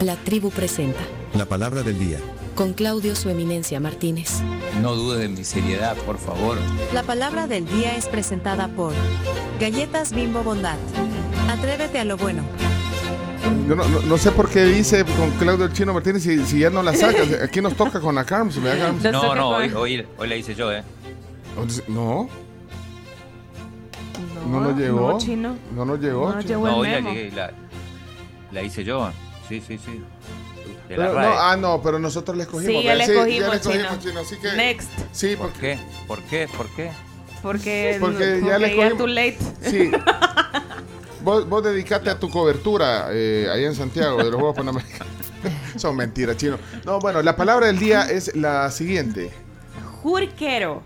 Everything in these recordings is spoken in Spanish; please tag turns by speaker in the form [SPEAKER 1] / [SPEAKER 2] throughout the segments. [SPEAKER 1] La tribu presenta
[SPEAKER 2] La palabra del día.
[SPEAKER 1] con Claudio Su Eminencia Martínez.
[SPEAKER 3] No dudes de mi seriedad, por favor.
[SPEAKER 4] La palabra del día es presentada por Galletas Bimbo Bondad. Atrévete a lo bueno.
[SPEAKER 5] Yo no, no- no sé por qué dice con Claudio el Chino Martínez si, si ya no la sacas. Aquí nos toca con la Carms, ¿verdad, Carms?
[SPEAKER 6] Nos
[SPEAKER 3] No,
[SPEAKER 6] toca
[SPEAKER 3] no,
[SPEAKER 6] con-
[SPEAKER 3] hoy, hoy, hoy la hice yo, ¿eh?
[SPEAKER 5] No, no nos llegó.
[SPEAKER 6] No, chino.
[SPEAKER 5] No nos llegó.
[SPEAKER 6] No nos
[SPEAKER 5] chino.
[SPEAKER 6] llegó el
[SPEAKER 3] no, hoy la,
[SPEAKER 6] memo.
[SPEAKER 3] llegué y la, la hice yo. Sí, sí, sí. De la
[SPEAKER 5] Pero, no,
[SPEAKER 3] RAE.
[SPEAKER 5] ah, no, pero nosotros le escogimos.
[SPEAKER 6] Sí, ya le
[SPEAKER 5] ¿verdad?
[SPEAKER 6] escogimos,
[SPEAKER 5] ya le escogimos,
[SPEAKER 6] Chino.
[SPEAKER 5] Así que,
[SPEAKER 6] Next.
[SPEAKER 5] Sí,
[SPEAKER 3] ¿Por
[SPEAKER 5] porque,
[SPEAKER 3] qué? ¿Por qué? ¿Por qué?
[SPEAKER 6] Porque,
[SPEAKER 5] Porque
[SPEAKER 6] no-
[SPEAKER 5] ya le
[SPEAKER 6] porque ya
[SPEAKER 5] cogimos.
[SPEAKER 6] too late.
[SPEAKER 5] sí. Vos, vos dedicate a tu cobertura eh, allá en Santiago de los Juegos Panamericanos. Son mentiras, chino. No, bueno, la palabra del día es la siguiente.
[SPEAKER 6] Jurquero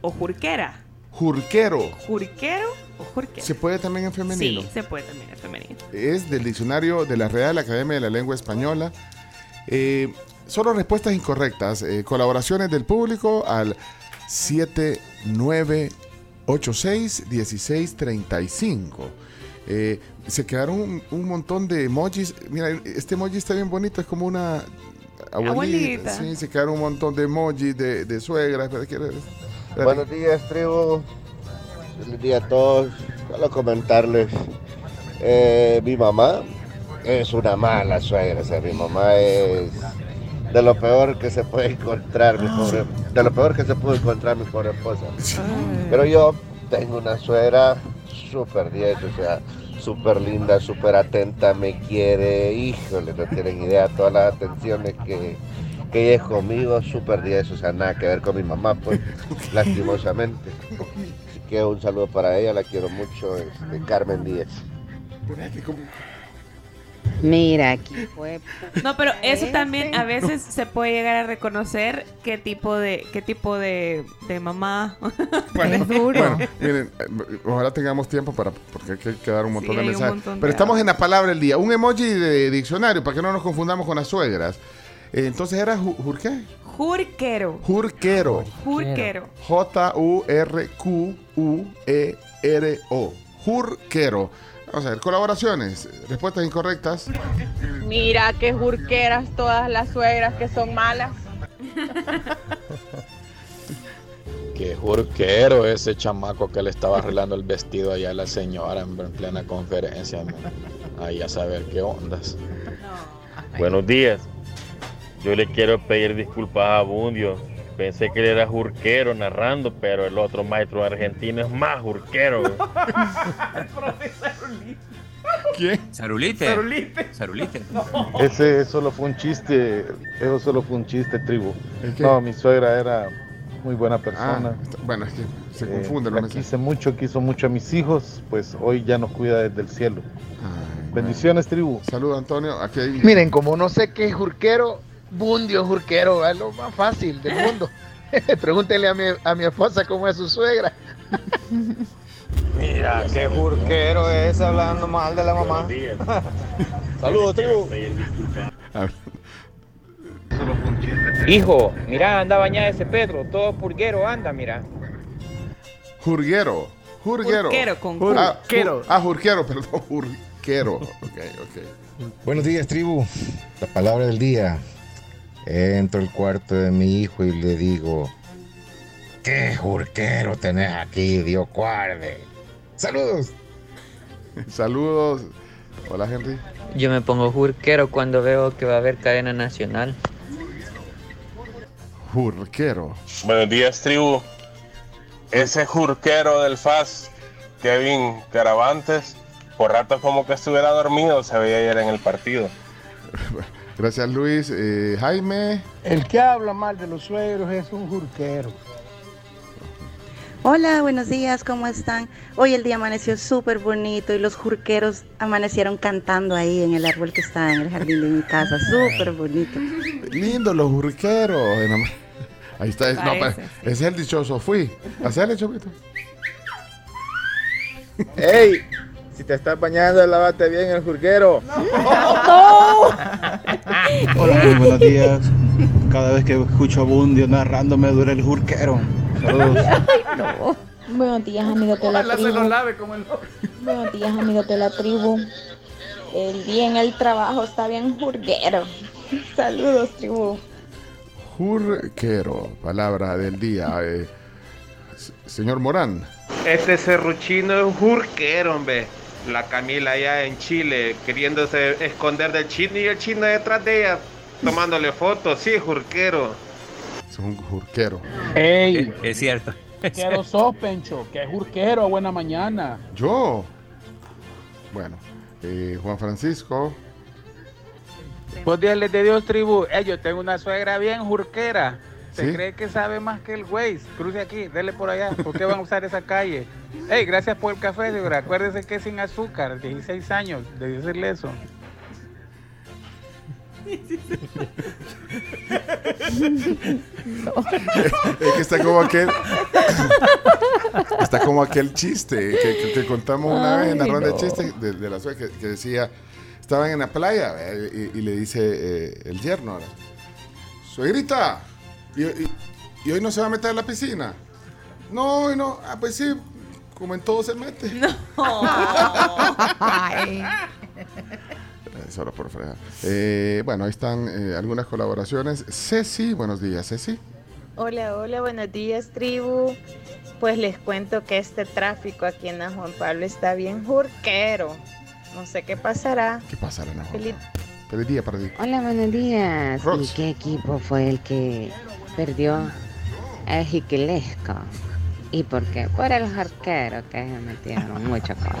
[SPEAKER 6] o jurquera.
[SPEAKER 5] Jurquero.
[SPEAKER 6] Jurquero o jurquera.
[SPEAKER 5] ¿Se puede también en femenino?
[SPEAKER 6] Sí, se puede también, es femenino.
[SPEAKER 5] es del diccionario de la Real Academia de la Lengua Española. Eh, solo respuestas incorrectas. Eh, colaboraciones del público al 7986-1635. Eh, se quedaron un, un montón de emojis. Mira, este emoji está bien bonito, es como una abuelita.
[SPEAKER 6] Abuelita.
[SPEAKER 5] Sí, se quedaron un montón de emojis de, de suegra. Espera, quiero- espera.
[SPEAKER 7] Buenos días, tribu. Buenos días a todos. Solo comentarles. eh, mi mamá es una mala suegra. O sea, mi mamá es de lo peor que se puede encontrar, mi pobre, de lo peor que se pudo encontrar mi pobre esposa. Pero yo tengo una suegra súper 10, o sea, súper linda, súper atenta, me quiere, híjole, no tienen idea todas las atenciones que, que ella es conmigo, súper 10, o sea, nada que ver con mi mamá, pues, lastimosamente. Así que un saludo para ella, la quiero mucho, este, Carmen Díaz.
[SPEAKER 8] Mira, aquí fue.
[SPEAKER 6] No, pero eso
[SPEAKER 8] Eh,
[SPEAKER 6] también
[SPEAKER 8] sí.
[SPEAKER 6] a veces se puede llegar a reconocer qué tipo de qué tipo de, de mamá.
[SPEAKER 5] Bueno,
[SPEAKER 8] Es duro.
[SPEAKER 5] bueno, miren, eh, ojalá tengamos tiempo para porque hay que quedar un montón
[SPEAKER 6] Sí,
[SPEAKER 5] de
[SPEAKER 6] hay un
[SPEAKER 5] mensajes.
[SPEAKER 6] montón de
[SPEAKER 5] Pero estamos
[SPEAKER 6] audios.
[SPEAKER 5] en la palabra del día. Un emoji de diccionario para que no nos confundamos con las suegras. Eh, entonces era ju- jur qué?
[SPEAKER 6] Jurquero,
[SPEAKER 5] Jurquero.
[SPEAKER 6] jurquero.
[SPEAKER 5] J U R Q U E R O. Jurquero. Vamos a ver, colaboraciones, respuestas incorrectas.
[SPEAKER 9] Mira qué jurqueras todas las suegras que son malas.
[SPEAKER 10] Qué jurquero ese chamaco que le estaba arreglando el vestido allá a la señora hombre, en plena conferencia. hombre. Ahí a saber qué ondas.
[SPEAKER 11] Buenos días. Yo le quiero pedir disculpas a Bundio. Pensé que él era jurquero narrando, pero el otro maestro argentino es más jurquero.
[SPEAKER 5] ¿Quién?
[SPEAKER 3] ¿Sarulite? ¿Sarulite? ¿Sarulite?
[SPEAKER 10] Ese solo fue un chiste, eso solo fue un chiste, tribu.
[SPEAKER 5] ¿El qué? No,
[SPEAKER 10] mi suegra era muy buena Eh,
[SPEAKER 5] Ah, está- bueno, es que
[SPEAKER 12] Eh,
[SPEAKER 5] se confunden los mensajes.
[SPEAKER 10] mucho, quiso mucho a mis hijos, pues hoy ya nos cuida desde el cielo.
[SPEAKER 5] Ay,
[SPEAKER 10] Bendiciones, tribu.
[SPEAKER 5] Ah, bueno. Saludos, Antonio. Aquí hay-
[SPEAKER 7] Miren, como no sé qué es jurquero, bundio jurquero, es lo más fácil del mundo. Pregúntenle a mi, a mi esposa cómo es su suegra.
[SPEAKER 10] Mira, qué jurquero es hablando mal de la mamá. Saludos, tribu.
[SPEAKER 5] A ver.
[SPEAKER 10] Hijo, mira, anda bañada ese Pedro, todo purguero anda, mira.
[SPEAKER 5] Jurguero. Jurguero.
[SPEAKER 6] Jurquero, con
[SPEAKER 5] Jur-
[SPEAKER 6] Q.
[SPEAKER 5] ah, jur- Ah, jurquero, perdón. Jurquero. Ok, ok.
[SPEAKER 10] Buenos días, tribu. La palabra del día. Entro al cuarto de mi hijo y le digo, qué jurquero tenés aquí, Dios guarde. Saludos.
[SPEAKER 5] Saludos. Hola, Henry.
[SPEAKER 10] Yo me pongo jurquero cuando veo que va a haber cadena nacional.
[SPEAKER 5] Jurquero.
[SPEAKER 11] Buenos días, tribu. Ese jurquero del FAS, Kevin Caravantes, por ratos como que estuviera dormido, se veía ayer en el partido.
[SPEAKER 5] Gracias, Luis. Eh, Jaime.
[SPEAKER 7] El que habla mal de los suegros es un jurquero.
[SPEAKER 8] Hola, buenos días, ¿cómo están? Hoy el día amaneció súper bonito y los jurqueros amanecieron cantando ahí en el árbol que está en el jardín de mi casa, súper bonito.
[SPEAKER 5] Lindo, los jurqueros. Eh, no, Ahí está. es- no,
[SPEAKER 6] Parece,
[SPEAKER 5] pa- Ese es el dichoso. Fui. Hacele, chupito.
[SPEAKER 10] ¡Ey! Si te estás bañando, lávate bien el jurquero.
[SPEAKER 7] Hola, muy buenos días. Cada vez que escucho a Bundio narrando me dura el jurquero. Saludos.
[SPEAKER 9] Buenos días amigos de la tribu. Buenos días amigos de la tribu. El día en el trabajo está bien jurguero. Saludos, tribu.
[SPEAKER 5] Jurquero, palabra del día. eh, s- señor Morán.
[SPEAKER 2] Este serruchino es jurquero, hombre. La Camila allá en Chile, queriéndose esconder del chino y el chino detrás de ella, tomándole fotos, sí, jurquero.
[SPEAKER 5] Es un jurquero.
[SPEAKER 12] Ey.
[SPEAKER 3] Es cierto.
[SPEAKER 12] Jurquero sos, Pencho. Que jurquero, buena mañana.
[SPEAKER 5] Yo. Bueno, eh, Juan Francisco.
[SPEAKER 12] Vos días de Dios, tribu. Eh, yo tengo una suegra bien jurquera. Se
[SPEAKER 5] ¿Sí?
[SPEAKER 12] cree que sabe más que el güey. Cruce aquí, dele por allá. ¿Por qué van a usar esa calle? Ey, gracias por el café, señora. Acuérdese que es sin azúcar. 16 años de decirle eso.
[SPEAKER 5] Es que está como aquel. está como aquel chiste que, que- que contamos una vez en la
[SPEAKER 13] Ay,
[SPEAKER 5] ronda
[SPEAKER 13] no.
[SPEAKER 5] de chistes de, de la suegra que, que decía: estaban en la playa eh, y, y le dice eh, el yerno: ahora, Suegrita, ¿y, y- y hoy no se va a meter a la piscina? No, hoy no. Ah, pues sí, como en todo se mete. Eh, Solo por fregar. Eh, bueno, ahí están eh, algunas colaboraciones. Ceci, buenos días, Ceci.
[SPEAKER 14] Hola, hola, buenos días, tribu. Pues les cuento que este tráfico aquí en la Juan Pablo está bien jurquero. No sé qué pasará.
[SPEAKER 5] ¿Qué pasará, Ana?
[SPEAKER 14] Feliz-
[SPEAKER 5] Feliz día para ti.
[SPEAKER 15] Hola, buenos días. ¿Y
[SPEAKER 5] Rox.
[SPEAKER 15] qué equipo fue el que perdió el jiquilesco? ¿Y por qué? Por el arquero que se metieron mucho con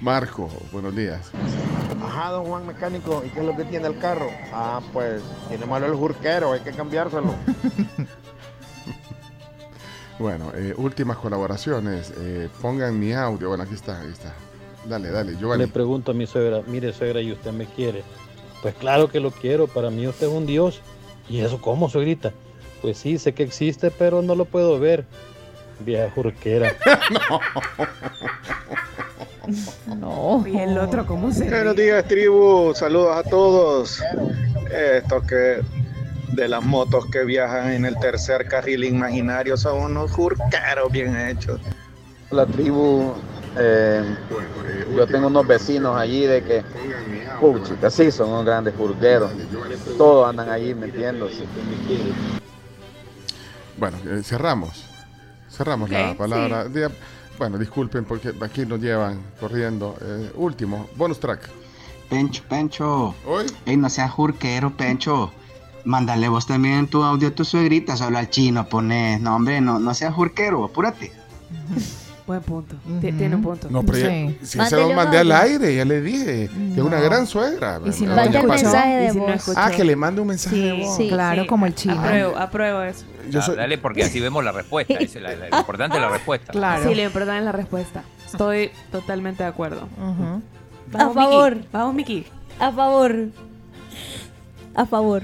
[SPEAKER 5] Marco, buenos días.
[SPEAKER 16] Ajá, don Juan Mecánico, ¿y qué es lo que tiene el carro? Ah, pues tiene malo el jurquero, hay que cambiárselo.
[SPEAKER 5] Bueno, eh, últimas colaboraciones. Eh, pongan mi audio. Bueno, aquí está, aquí está. Dale, dale, Giovanni.
[SPEAKER 17] Le pregunto a mi suegra, mire suegra, ¿y usted me quiere? Pues claro que lo quiero, para mí usted es un dios. ¿Y eso cómo, suegrita? Pues sí, sé que existe, pero no lo puedo ver. Vieja jurquera.
[SPEAKER 6] No. Y el otro, ¿cómo se
[SPEAKER 18] Buenos días, tribu. Saludos a todos. Estos que de las motos que viajan en el tercer carril imaginario son unos jurcaros bien hechos.
[SPEAKER 12] La tribu, eh, yo tengo unos vecinos allí de que, puchica, sí, son unos grandes jurgueros. Todos andan allí metiéndose.
[SPEAKER 5] Bueno, eh, cerramos. Cerramos
[SPEAKER 13] Ok,
[SPEAKER 5] la palabra.
[SPEAKER 13] sí.
[SPEAKER 5] Día- Bueno, disculpen porque aquí nos llevan corriendo. Eh, último, bonus track.
[SPEAKER 19] Pencho, Pencho.
[SPEAKER 5] ¿Hoy?
[SPEAKER 19] Ey, no seas jurquero, Pencho. Mándale vos también tu audio a tu suegrita, solo al chino pones. No, hombre, no, no seas jurquero, apúrate.
[SPEAKER 6] Buen punto. Ti- Tiene un punto.
[SPEAKER 5] No, pero ya- si se lo mandé al aire, ya le dije. Que es una gran suegra.
[SPEAKER 20] Y si no
[SPEAKER 5] Doña
[SPEAKER 20] escuchó,
[SPEAKER 5] Pati.
[SPEAKER 20] mensaje de ¿Y si no voz. escuchó?
[SPEAKER 5] ah, que le mande un mensaje de voz.
[SPEAKER 20] Sí, claro, como el chino.
[SPEAKER 6] Apruebo, apruebo eso.
[SPEAKER 5] Yo
[SPEAKER 3] Ah,
[SPEAKER 5] soy-
[SPEAKER 3] Dale, porque así vemos la respuesta. Esa es la, la- lo importante es la respuesta.
[SPEAKER 6] Sí, lo importante es la respuesta. Estoy totalmente de acuerdo.
[SPEAKER 21] A favor.
[SPEAKER 6] Miki. Vamos, Miki.
[SPEAKER 21] A favor. A favor.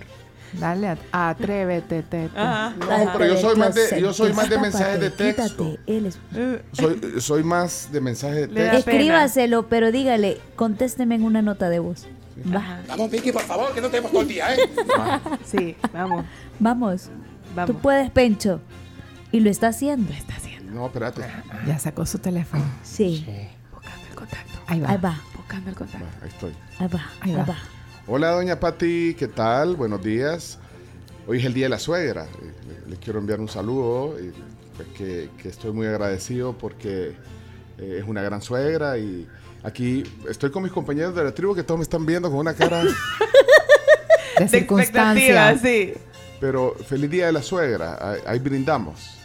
[SPEAKER 20] Dale, at- atrévete, tete.
[SPEAKER 6] Ah,
[SPEAKER 5] No, pero yo soy más de, yo soy más de mensajes de
[SPEAKER 21] Destápate,
[SPEAKER 5] texto.
[SPEAKER 21] Él es-
[SPEAKER 6] Uh,
[SPEAKER 5] Soy, soy más de mensajes de
[SPEAKER 21] Le da
[SPEAKER 5] texto.
[SPEAKER 21] Escríbaselo, pero dígale, contésteme en una nota de voz. Va.
[SPEAKER 5] Vamos, Vicky, por favor, que no tenemos todo el día, ¿eh?
[SPEAKER 6] Sí, vamos.
[SPEAKER 21] Vamos.
[SPEAKER 6] Vamos.
[SPEAKER 21] Tú puedes, Pencho. Y lo está haciendo.
[SPEAKER 5] No, espérate.
[SPEAKER 20] Ya sacó su teléfono.
[SPEAKER 21] Sí.
[SPEAKER 20] Ahí va.
[SPEAKER 21] Ahí va.
[SPEAKER 6] Buscando el contacto.
[SPEAKER 5] Ahí estoy.
[SPEAKER 21] Ahí va. Ahí va.
[SPEAKER 5] Hola, doña Pati, ¿qué tal? Buenos días. Hoy es el Día de la Suegra. Eh, le- Les quiero enviar un saludo, eh, pues que, que estoy muy agradecido porque eh, es una gran suegra y aquí estoy con mis compañeros de la tribu que todos me están viendo con una cara...
[SPEAKER 20] De circunstancia.
[SPEAKER 6] sí.
[SPEAKER 5] Pero feliz Día de la Suegra, ahí, ahí brindamos.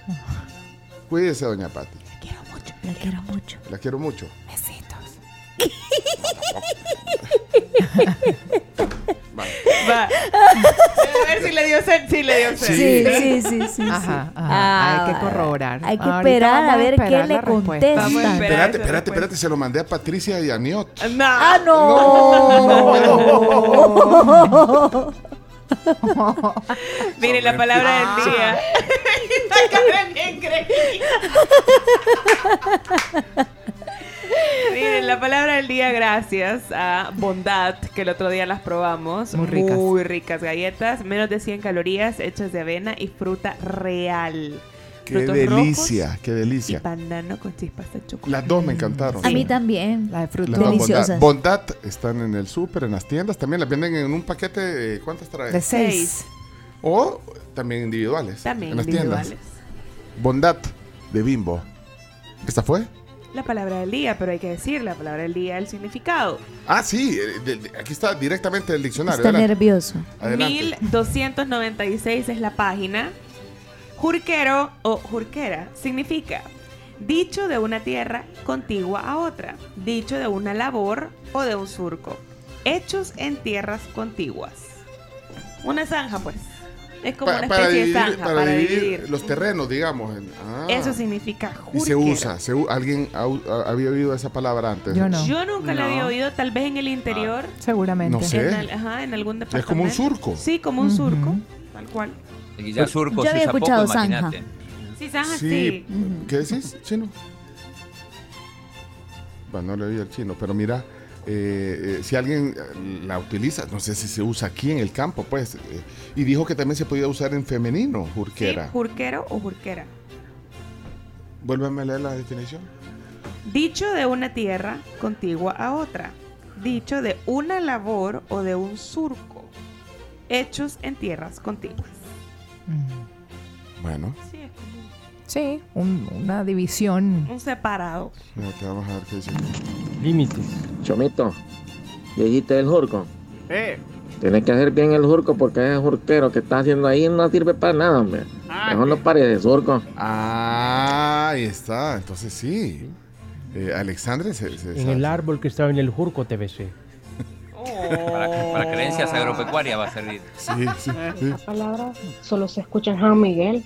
[SPEAKER 5] Cuídese, doña Pati.
[SPEAKER 21] Ah. La quiero mucho.
[SPEAKER 5] La quiero mucho.
[SPEAKER 21] Besitos.
[SPEAKER 6] Va. A ver si le dio sed, si le dio sed.
[SPEAKER 21] Sí, sí, sí, sí.
[SPEAKER 20] Ajá, ajá.
[SPEAKER 21] Ah,
[SPEAKER 20] hay que corroborar.
[SPEAKER 21] Hay que
[SPEAKER 20] Ahorita
[SPEAKER 21] esperar
[SPEAKER 20] vamos
[SPEAKER 21] a ver
[SPEAKER 20] esperar
[SPEAKER 21] qué le
[SPEAKER 20] la respuesta.
[SPEAKER 21] contestan.
[SPEAKER 5] Espérate, espérate,
[SPEAKER 6] pues.
[SPEAKER 5] espérate, se lo mandé a Patricia y a Niot.
[SPEAKER 21] ¡Ah, no!
[SPEAKER 6] Miren, la palabra del día. La cara bien creída. Miren, la palabra del día, gracias a Bondad, que el otro día las probamos.
[SPEAKER 20] Muy ricas.
[SPEAKER 6] Muy ricas galletas, menos de 100 calorías, hechas de avena y fruta real.
[SPEAKER 5] Qué
[SPEAKER 6] frutos
[SPEAKER 5] delicia,
[SPEAKER 6] rojos
[SPEAKER 5] qué delicia.
[SPEAKER 6] y banano con chispas de chocolate.
[SPEAKER 5] Las dos me encantaron.
[SPEAKER 21] A mí también. La de
[SPEAKER 5] Las dos Bondad. Bondad están en el súper, en las tiendas. También las venden en un paquete. eh, ¿Cuántas trae?
[SPEAKER 21] De seis.
[SPEAKER 5] O también individuales.
[SPEAKER 6] También
[SPEAKER 5] en las
[SPEAKER 6] individuales.
[SPEAKER 5] tiendas. Bondad de Bimbo. ¿Esta fue?
[SPEAKER 6] La palabra del día, pero hay que decir la palabra del día, el significado.
[SPEAKER 5] Ah, sí. eh, de- de- aquí está directamente el diccionario.
[SPEAKER 21] Está
[SPEAKER 5] Adelante.
[SPEAKER 21] nervioso.
[SPEAKER 5] Adelante.
[SPEAKER 6] 1296 es la página. Jurquero o jurquera significa dicho de una tierra contigua a otra, dicho de una labor o de un surco, hechos en tierras contiguas. Una zanja, pues. Es como
[SPEAKER 5] Pa-
[SPEAKER 6] una especie de zanja
[SPEAKER 5] para
[SPEAKER 6] para,
[SPEAKER 5] dividir
[SPEAKER 6] dividir.
[SPEAKER 5] los terrenos, digamos. en- ah.
[SPEAKER 6] Eso significa
[SPEAKER 5] Y se
[SPEAKER 6] jurquero.
[SPEAKER 5] usa. se u- ¿Alguien au- a- había oído esa palabra antes?
[SPEAKER 6] Yo nunca la había
[SPEAKER 5] No.
[SPEAKER 6] oído, tal vez en
[SPEAKER 5] Ah.
[SPEAKER 6] el interior.
[SPEAKER 20] Seguramente.
[SPEAKER 5] No sé.
[SPEAKER 6] En, al- ajá, en algún
[SPEAKER 5] Es
[SPEAKER 6] departamento.
[SPEAKER 5] como un surco.
[SPEAKER 6] Sí, como un surco, tal cual.
[SPEAKER 3] Y ya surco,
[SPEAKER 21] Yo
[SPEAKER 3] se
[SPEAKER 21] había
[SPEAKER 3] usa poco,
[SPEAKER 21] escuchado zanja.
[SPEAKER 3] imagínate.
[SPEAKER 6] Sí, zanja,
[SPEAKER 5] Sí.
[SPEAKER 6] Ah, sí.
[SPEAKER 5] ¿Qué decís, chino? Bueno, no le oí al chino, pero mira, eh, eh, si alguien eh, la utiliza, no sé si se usa aquí en el campo, pues. eh, y dijo que también se podía usar en femenino, jurquera.
[SPEAKER 6] Sí, jurquero o jurquera.
[SPEAKER 5] Vuélveme a leer la definición.
[SPEAKER 6] Dicho de una tierra contigua a otra. Dicho de una labor o de un surco. Hechos en tierras contiguas.
[SPEAKER 5] Bueno,
[SPEAKER 20] Sí, un- una división.
[SPEAKER 6] Un separado.
[SPEAKER 5] fíjate, vamos a ver qué dice.
[SPEAKER 12] Límites. Chomito, dijiste el jurco.
[SPEAKER 2] Eh,
[SPEAKER 12] Tienes que hacer bien el jurco porque ese jurquero que estás haciendo ahí no sirve para nada, hombre. Mejor no pares de surco.
[SPEAKER 5] Ah, ahí está, entonces sí. Eh, Alexandre se. se-
[SPEAKER 13] En
[SPEAKER 5] se-
[SPEAKER 13] el árbol que estaba en el Jurco te besé.
[SPEAKER 3] Para, para creencias agropecuarias va a servir.
[SPEAKER 5] Sí, sí, sí.
[SPEAKER 22] Esta palabra solo se escucha en San Miguel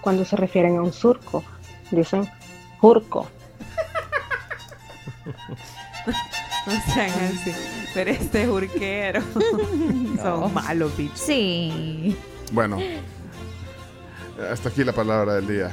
[SPEAKER 22] cuando se refieren a un surco. Dicen surco.
[SPEAKER 6] No sean así. Pero este jurquero. Son malos, bichos.
[SPEAKER 21] Sí.
[SPEAKER 5] Bueno, hasta aquí la palabra del día.